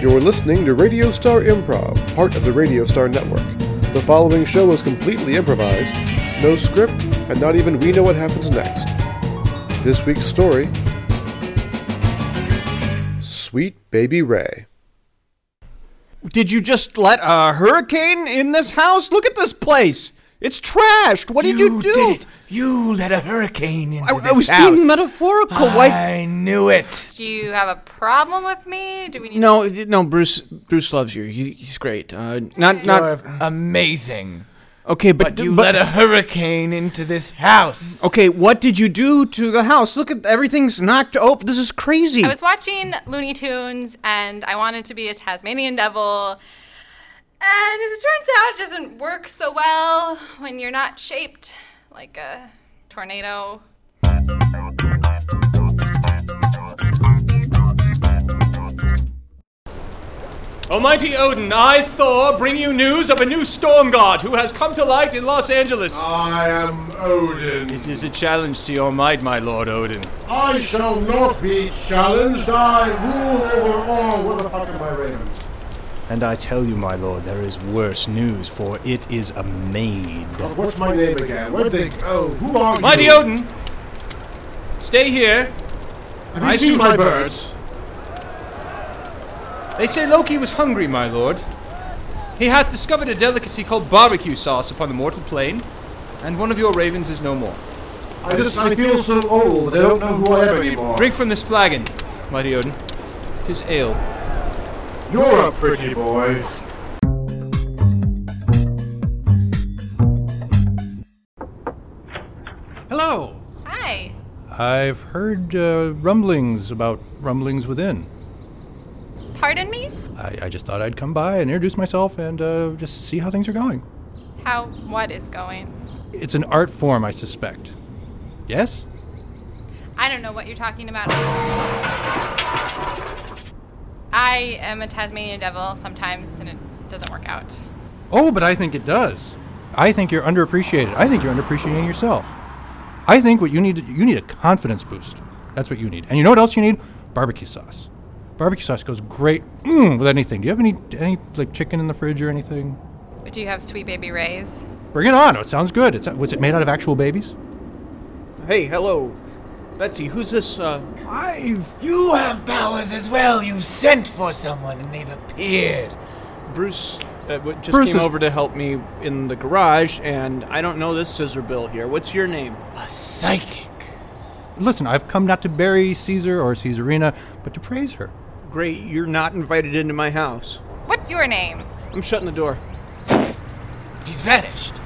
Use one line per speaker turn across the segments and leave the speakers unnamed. You're listening to Radio Star Improv, part of the Radio Star Network. The following show is completely improvised, no script, and not even we know what happens next. This week's story Sweet Baby Ray.
Did you just let a hurricane in this house? Look at this place. It's trashed. What did you, do?
did it. You let a hurricane into
I,
this
I was
house. Ah.
being metaphorical. Why?
I knew it.
Do you have a problem with me? Do we need
No, no. Bruce, Bruce loves you. He, he's great. Uh, not, not.
You're amazing.
Okay, but, Oh.
But you let a hurricane into this house.
Okay, what did you do to the house? Look at everything's knocked over. This is crazy.
I was watching Looney Tunes and I wanted to be a Tasmanian devil. And as it turns out, it doesn't work so well when you're not shaped like a tornado.
Almighty Odin, I, Thor, bring you news of a new storm god who has come to light in Los Angeles.
I am Odin.
It is a challenge to your might, my lord Odin.
I shall not be challenged. I rule over all. Where the fuck are my ravens?
And I tell you, my lord, there is worse news, for it is a maid.
What's my name again? Where'd they go? Oh, Who are you?
Mighty Odin, stay here.
Have you
I
seen
see
my
my
birds?
They say Loki was hungry, my lord. He hath discovered a delicacy called barbecue sauce upon the mortal plane, and one of your ravens is no more.
I just I feel so old. I don't know who I am anymore.
Drink from this flagon, mighty Odin. Tis ale.
You're a pretty boy.
Hello.
Hi.
I've heard uh, rumblings about rumblings within.
Pardon me?
I, I just thought I'd come by and introduce myself and uh, just see how things are going.
How what is going?
It's an art form, I suspect. Yes?
I don't know what you're talking about. I am a Tasmanian devil sometimes and it doesn't work out.
Oh, but I think it does. I think you're underappreciated. I think you're underappreciating yourself. I think what you need you need a confidence boost. That's what you need. And you know what else you need? Barbecue sauce. Barbecue sauce goes great mm, with anything. Do you have any any like chicken in the fridge or anything?
Do you have sweet baby rays?
Bring it on. Oh, It sounds good. It's was it made out of actual babies?
hey, hello, Betsy. Who's this? Uh,
I've
You have powers as well. You sent for someone and they've appeared.
Bruce uh, w- just
Bruce
came
is-
over to help me in the garage, and I don't know this scissor bill here. What's your name?
A psychic.
Listen, I've come not to bury Caesar or Caesarina, but to praise her.
Great, you're not invited into my house.
What's your name?
I'm shutting the door.
He's vanished.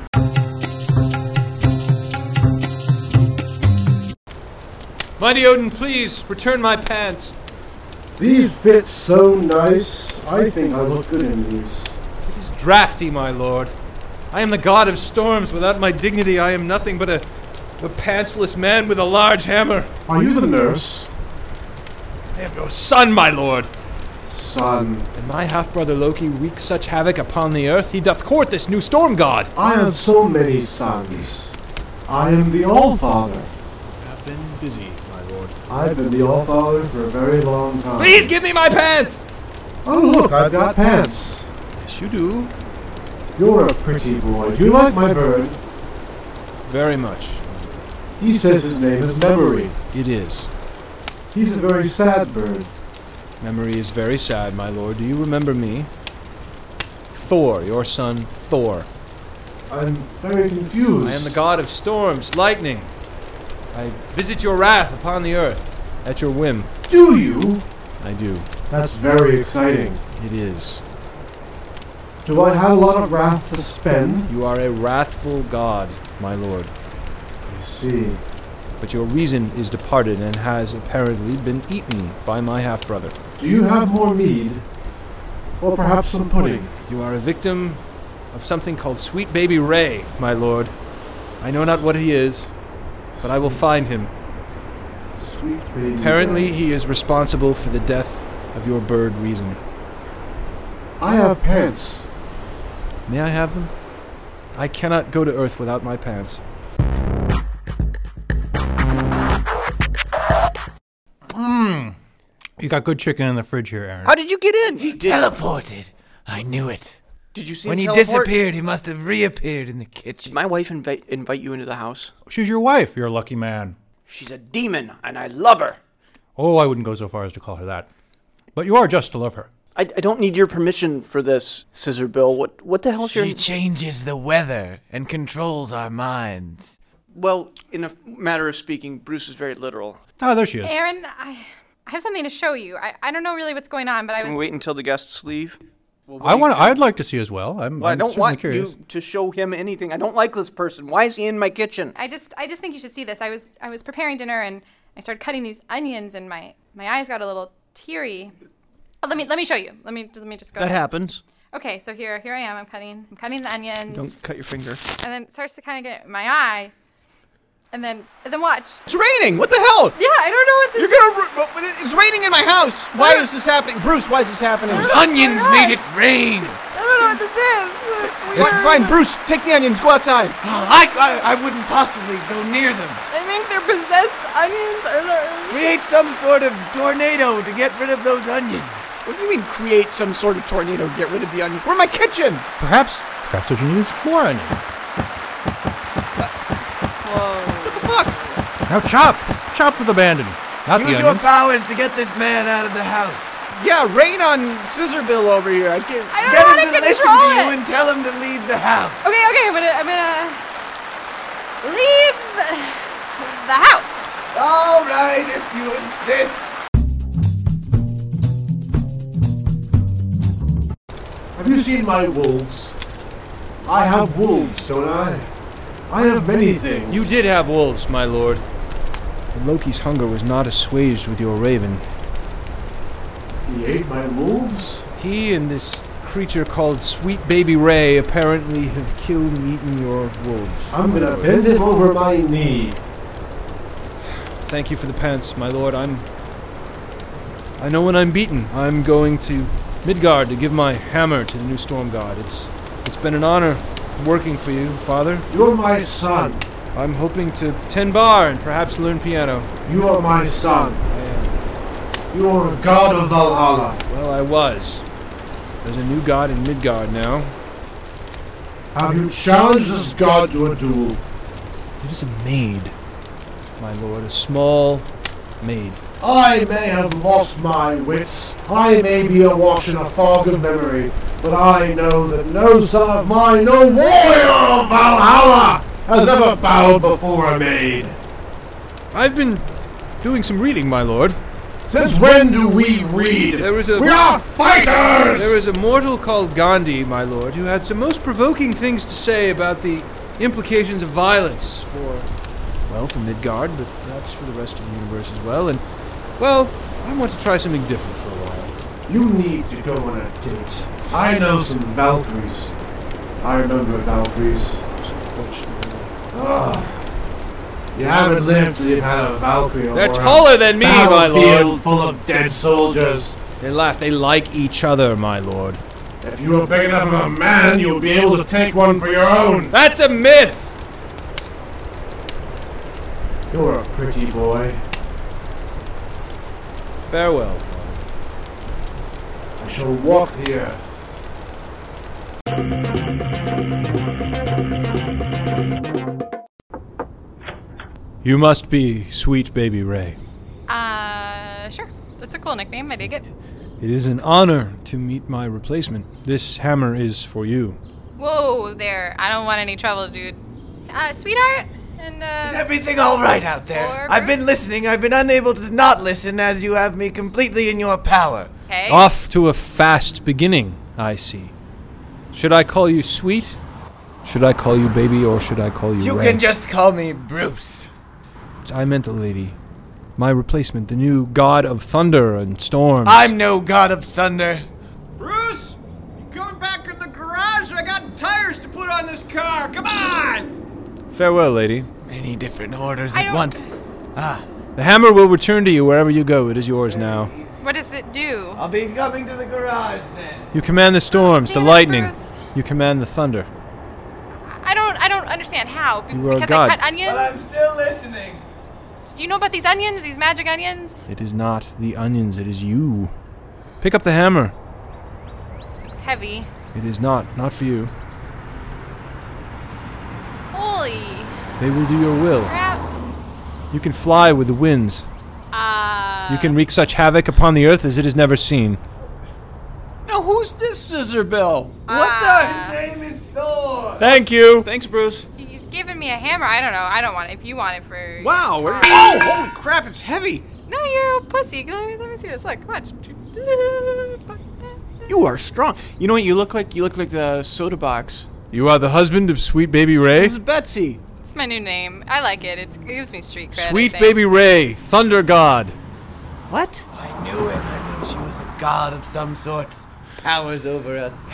Mighty Odin, please return my pants.
These fit so nice. I think I look good in these.
It is drafty, my lord. I am the god of storms. Without my dignity, I am nothing but a, a pantsless man with a large hammer.
Are you the nurse?
I am your son, my lord.
Son,
And my half brother Loki wreaks such havoc upon the earth, he doth court this new storm god.
I have so many sons. I am the All Father.
I have been busy, my lord.
I've been the All Father for a very long time.
Please give me my pants!
Oh look, I've got pants.
Yes, you do.
You're a pretty boy. Do you like my bird?
Very much.
He says his name is Memory.
It is.
He's a very sad bird.
Memory is very sad, my lord. Do you remember me? Thor, your son, Thor.
I'm very confused.
I am the god of storms, lightning. I visit your wrath upon the earth at your whim.
Do you?
I do.
That's very exciting.
It is.
Do I have a lot of wrath to spend?
You are a wrathful god, my lord.
I see.
But your reason is departed and has apparently been eaten by my half brother.
Do you have more mead? Or perhaps some pudding?
You are a victim of something called Sweet Baby Ray, my lord. I know not what he is, but I will find him.
Sweet baby.
Apparently,
bird.
he is responsible for the death of your bird reason.
I have pants.
May I have them? I cannot go to Earth without my pants.
You got good chicken in the fridge here, Aaron.
How did you get in?
He teleported. I knew it.
Did you see
When
him
he
teleport?
disappeared, he must have reappeared in the kitchen.
Did my wife invite invite you into the house?
She's your wife. You're a lucky man.
Oh, She's a demon, and I love her.
Oh, I wouldn't go so far as to call her that. But you are just to love her.
I, I don't need your permission for this, Scissor Bill. What what the hell's your
She changes the weather and controls our minds.
well? In a matter of speaking, Bruce is very literal.
Ah, there she is.
Aaron, I, I have something to show you. I, I don't know really what's going on, but I
Can we
was.
wait until the guests leave?
I want. I'd like to see as well. I'm.
Well, I
I'm
don't
certainly
want
curious.
you to show him anything. I don't like this person. Why is he in my kitchen?
I just, I just think you should see this. I was, I was preparing dinner and I started cutting these onions, and my, my eyes got a little teary. Oh, let me, let me show you. Let me, let me just go.
That
ahead.
happens.
Okay, so here, here I am. I'm cutting, I'm cutting the onions,
Don't cut your finger.
and then it starts to kind of get in my eye, and then, and then watch.
It's raining. What the hell?
Yeah, I don't know what this.
You're gonna. ru- It's raining in my house. Why is this happening, Bruce? Why is this happening?
I don't know what's
Onions
going
made
on.
it rain.
I don't know what this is. but It's weird.
It's fine, Bruce. Take the onions. Go outside.
Oh, I, I, I wouldn't possibly go near them.
I think they're possessed onions. I don't know.
Create some sort of tornado to get rid of those onions.
What do you mean create some sort of tornado? to Get rid of the onion. We're in my kitchen.
Perhaps. Perhaps what you need is more onions.
Whoa.
What the fuck?
Now chop. Chop with abandon. Not
Use
the
your
onions.
powers to get this man out of the house.
Yeah, rain on Scissor Bill over here. I can't.
I don't
Get
know
him to
how to
listen to you
control it.
and tell him to leave the house.
Okay, okay, I'm gonna, I'm gonna leave the house.
All right, if you insist.
Have you seen my wolves? I have wolves, don't I? I have many things.
You did have wolves, my lord. But Loki's hunger was not assuaged with your raven.
He ate my wolves?
He and this creature called Sweet Baby Ray apparently have killed and eaten your wolves.
I'm
my
gonna
lord.
bend him over my knee.
Thank you for the pants, my lord. I'm. I know when I'm beaten. I'm going to Midgard to give my hammer to the new storm god. It's it's been an honor working for you, father.
You're my son.
I'm hoping to tend bar and perhaps learn piano.
You are my son.
I am.
You are a god of Valhalla.
Well, I was. There's a new god in Midgard now.
Have you challenged this god to a duel?
It is a maid, my lord, a small maid.
I may have lost my wits, I may be awash in a fog of memory, but I know that no son of mine, no warrior of Valhalla, has ever bowed before a maid.
I've been doing some reading, my lord.
Since when do we read?
There was a-
we are fighters!
There is a mortal called Gandhi, my lord, who had some most provoking things to say about the implications of violence for, well, for Midgard, but perhaps for the rest of the universe as well. And, well, I want to try something different for a while.
You need to go on a date. I know some Valkyries. I remember Valkyries.
So butch, my lord.
You haven't lived till you've had a Valkyrie.
They're
or a
taller than me, my lord.
battlefield full of dead soldiers.
They laugh. They like each other, my lord.
If you were big enough of a man, you would be able to take one for your own.
That's a myth.
You're a pretty boy.
Farewell, father.
I shall walk the earth.
You must be sweet baby Ray.
Uh, sure. That's a cool nickname. I dig it.
It is an honor to meet my replacement. This hammer is for you.
Whoa there. I don't want any trouble, dude. Uh, sweetheart, and
Is
uh,
everything all right out there?
Or
I've been
Bruce?
listening. I've been unable to not listen as you have me completely in your power.
okay.
Off to a fast beginning, I see. Should I call you sweet? Should I call you baby or should I call you
You
Ray?
can just call me Bruce.
I meant a lady. My replacement, the new god of thunder and storms.
I'm no god of thunder.
Bruce, you coming back in the garage? I got tires to put on this car. Come on.
Farewell, lady.
Many different orders
I
at
don't-
once.
The hammer will return to you wherever you go. It is yours now.
What does it do?
I'll be coming to the garage then.
You command the storms, the
Damn it,
lightning.
Bruce.
You command the thunder.
I don't, I don't understand how. Be-
You are a
because
god.
I cut
But I'm
onions.
still listening.
Do you know about these onions? These magic onions?
It is not the onions, it is you. Pick up the hammer.
Looks heavy.
It is not, not for you.
Holy
They will do your will.
crap.
You can fly with the winds.
Uh,
You can wreak such havoc upon the earth as it is never seen.
Now who's this Scissor Bill? What
uh,
the? His name is Thor.
Thank you.
Thanks, Bruce.
he's giving me a hammer. I don't know. I don't want it. If you want it for.
Wow. where- oh, holy crap! It's heavy.
No, you're a pussy. Let me, let me see this. Look, watch.
You are strong. You know what you look like? You look like the soda box.
You are the husband of sweet baby Ray?
This is Betsy.
It's my new name. I like it. It's, it gives me street cred. I
Sweet
think.
baby Ray, thunder god.
What?
I knew it. I knew she was a god of some sort. Powers over us.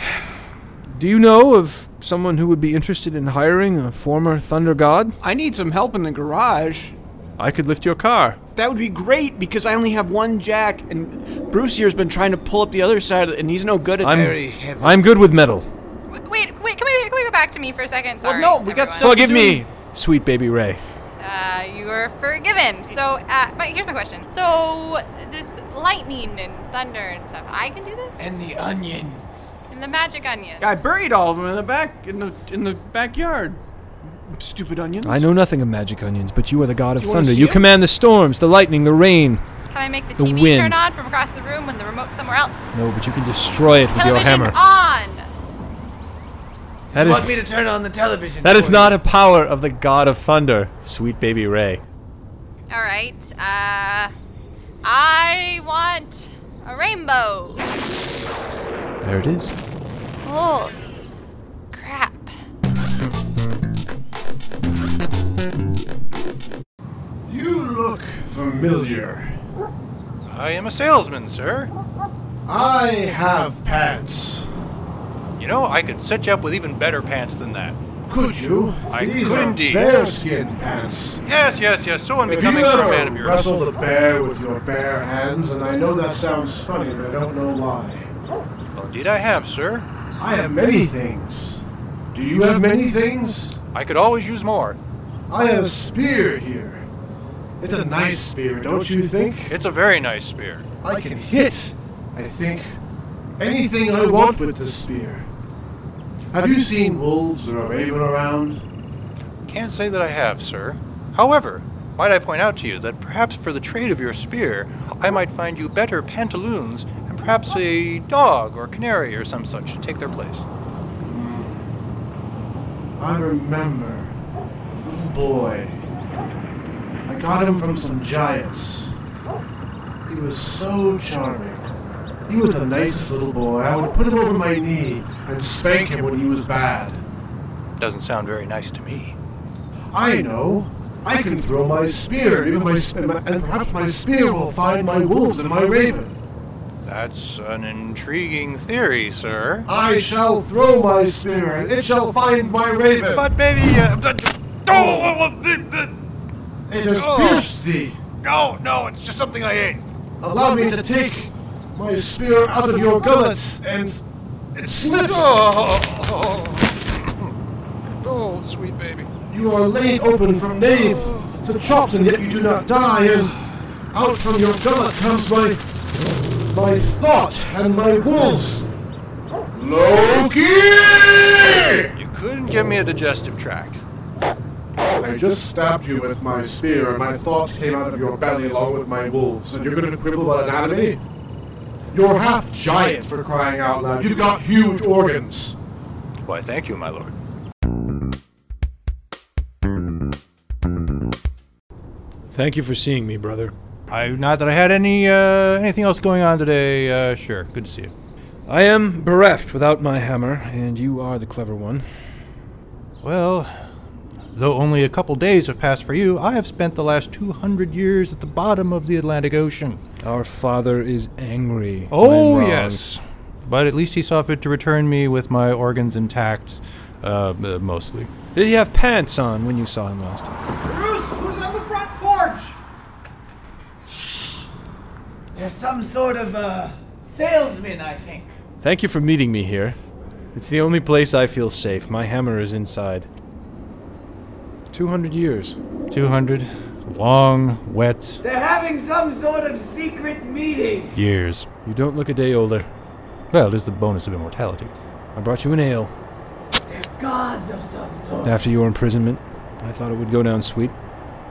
Do you know of someone who would be interested in hiring a former thunder god?
I need some help in the garage.
I could lift your car.
That would be great because I only have one jack, and Bruce here's been trying to pull up the other side, and he's no good at
I'm
it.
heavy.
I'm good with metal.
Wait, wait, wait, can we can we go back to me for a second? Sorry.
no, we got
everyone.
What
Forgive
do
me, sweet baby Ray.
Uh, you are forgiven. So, uh, but here's my question. So, this lightning and thunder and stuff, I can do this?
And the onions.
And the magic onions.
I buried all of them in the back in the in the backyard. Stupid onions.
I know nothing of magic onions, but you are the god of
wanna
thunder.
see
You
it?
command the storms, the lightning, the rain.
Can I make the,
The
TV
wind.
turn on from across the room when the remote's somewhere else?
No, but you can destroy it with your
Television
hammer.
on.
That
you
is
want me to turn on the television?
that is
for
not
you?
a power of the god of thunder, sweet baby Ray.
All right. Uh, I want a rainbow.
There it is.
Holy crap!
You look familiar.
I am a salesman, sir.
I have pants.
You know, I could set you up with even better pants than that.
Could you?
I
These
could
are
indeed.
Bearskin pants.
Yes, yes, yes. So
If you
unbecoming for a man
ever
of your
wrestle the bear with your bare hands, and I know that sounds funny, but I don't know why.
Well, Oh, indeed, I have, sir.
I have many things. Do you have many things?
I could always use more.
I have a spear here. It's a nice spear, don't you think?
It's a very nice spear.
I can hit, I think, anything I want with this spear. Have you seen wolves or a raven around?
Can't say that I have, sir. However, might I point out to you that perhaps for the trade of your spear, I might find you better pantaloons and perhaps a dog or canary or some such to take their place.
I remember. a Little boy. I got him from some giants. He was so charming. He was the nicest little boy. I would put him over my knee and spank him when he was bad.
Doesn't sound very nice to me.
I know. I can throw my spear, and even my, sp- and my- and perhaps my spear will find my wolves and my raven.
That's an intriguing theory, sir.
I shall throw my spear, and it shall find my raven.
But maybe. Uh, but- oh, oh, oh, eh, eh,
it has
oh.
pierced thee.
no, no, it's just something I ate.
Allow me to take my spear out of your gullets, and it slips.
Oh, oh, sweet baby.
You are laid open from knave to chops, and yet you do not die. And out from your gullet comes my my thought and my wolves. Loki!
You couldn't give me a digestive tract.
I just stabbed you with my spear, and my thought came out of your belly along with my wolves, and you're going to quibble about anatomy? You're half giant for crying out loud. You've got huge organs.
Why, thank you, my lord.
Thank you for seeing me, brother.
I not that I had any uh, anything else going on today. Uh, sure, good to see you.
I am bereft without my hammer, and you are the clever one.
Well, though only a couple days have passed for you, I have spent the last two hundred years at the bottom of the Atlantic Ocean.
Our father is angry. when
Oh
wronged.
yes, but at least he saw fit to return me with my organs intact, uh, uh, mostly.
Did he have pants on when you saw him last?
Bruce, who's on the front porch?
There's some sort of uh, salesman, I think.
Thank you for meeting me here. It's the only place I feel safe. My hammer is inside. 200 years.
Two hundred. Long, wet
They're having some sort of secret meeting.
years.
You don't look a day older.
Well, there's the bonus of immortality.
I brought you an ale.
Gods of some sort.
After your imprisonment, I thought it would go down sweet.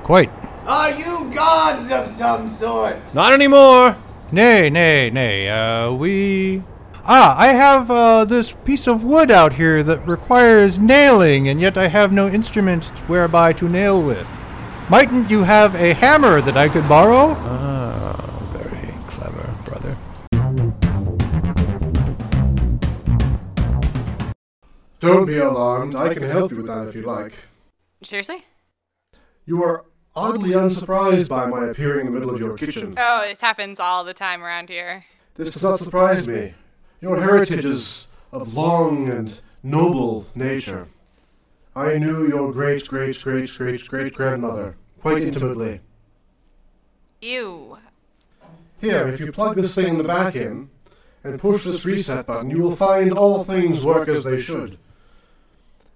Quite.
Are you gods of some sort?
Not anymore!
Nay, nay, nay. Uh, we. Ah, I have uh, this piece of wood out here that requires nailing, and yet I have no instrument whereby to nail with. Mightn't you have a hammer that I could borrow?
Ah, very clever, brother.
Don't be alarmed. I can help you with that if you like.
Seriously?
You are oddly unsurprised by my appearing in the middle of your kitchen.
Oh, this happens all the time around here.
This does not surprise me. Your heritage is of long and noble nature. I knew your great great great great great grandmother quite intimately.
Ew.
Here, if you plug this thing in the back in and push this reset button, you will find all things work as they should.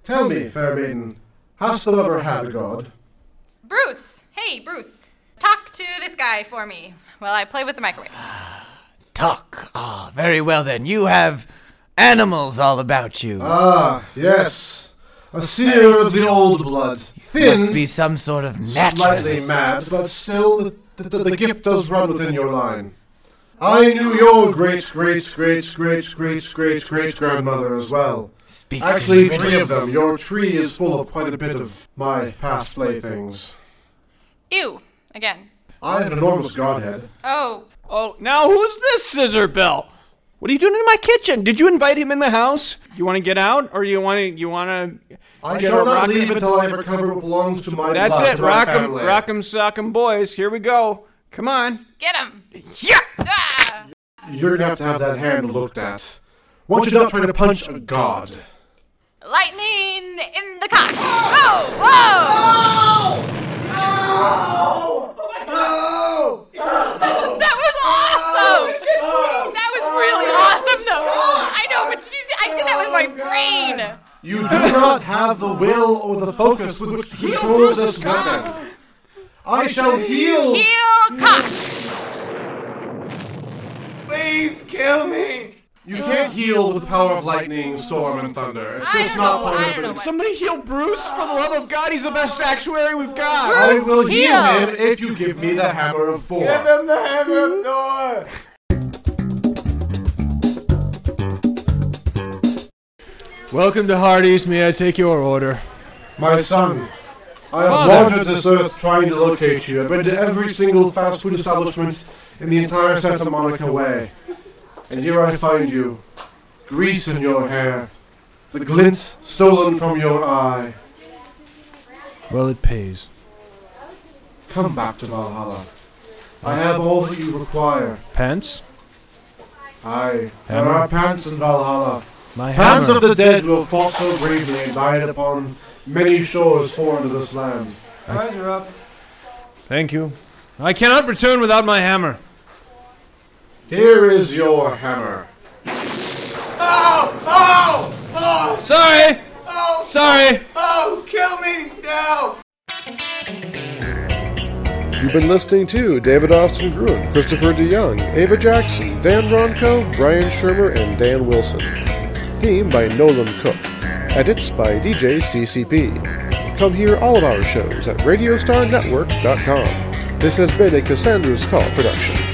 Tell me, fair maiden, hast thou ever had a god?
Bruce! Hey, Bruce! Talk to this guy for me while I play with the microwave.
Talk. Ah, very well then. You have animals all about you.
Ah, yes. A seer of the old blood. Thin,
Must be some sort of
slightly
naturalist.
mad, but still the, the, the gift does run within your line. I knew your great great great great great great great grandmother as well.
Speaks in
Actually, three of them.
riddles.
Your tree is full of quite a bit of my past playthings.
Ew. Again.
I have an enormous godhead.
Oh,
Oh, now who's this scissor bell? What are you doing in my kitchen? Did you invite him in the house? You want to get out, or you want to? You want to?
I
get
shall
a
not
rock
leave
and-
until I have recovered what belongs to my
That's
blood,
it.
to my
Rock 'em,
family.
rock 'em, sock 'em, boys. Here we go. Come on.
get him!
Yeah.
Ah!
You're gonna have to have that hand looked at. Why don't you not try to punch a god?
Lightning in the cock! Whoa! Whoa! That was awesome! That was really awesome, though. I know, but did you see? I did that with my brain.
You do not have the will or the focus with which to control this weapon. I shall heal.
Heel cock.
Please kill me.
You can't heal with the power of lightning, storm, and thunder. It's
I
just
don't
not
know.
part of
I don't know.
the business.
What.
Somebody heal Bruce for the love of God. He's the best actuary we've got.
I
Bruce,
will heal
heal.
him if you give me the hammer of Thor.
Give him the hammer of Thor.
Welcome to Hardy's. May I take your order?
My son, I have
Father.
wandered this earth trying to locate you. I've been to every single fast food establishment in the entire Santa Monica Way. And here I find you. Grease in your hair. The glint stolen from your eye.
Well, it pays.
Come back to Valhalla. I have all that you require.
Pants?
Aye, there
Hammer?
are pants in Valhalla.
My
Pants
hammer.
of the dead who have fought so bravely and died upon many shores foreign to this land. Eyes are up.
Thank you. I cannot return without my hammer.
Here is your hammer.
Oh! Oh! Oh!
Sorry!
Oh!
Sorry!
Oh! Kill me now.
You've been listening to David Austin Gruen, Christopher DeYoung, Ava Jackson, Dan Ronco, Brian Shermer, and Dan Wilson. Theme by Nolan Cook. Edits by DJ CCP. Come hear all of our shows at RadiostarNetwork.com. This has been a Cassandra's Call production.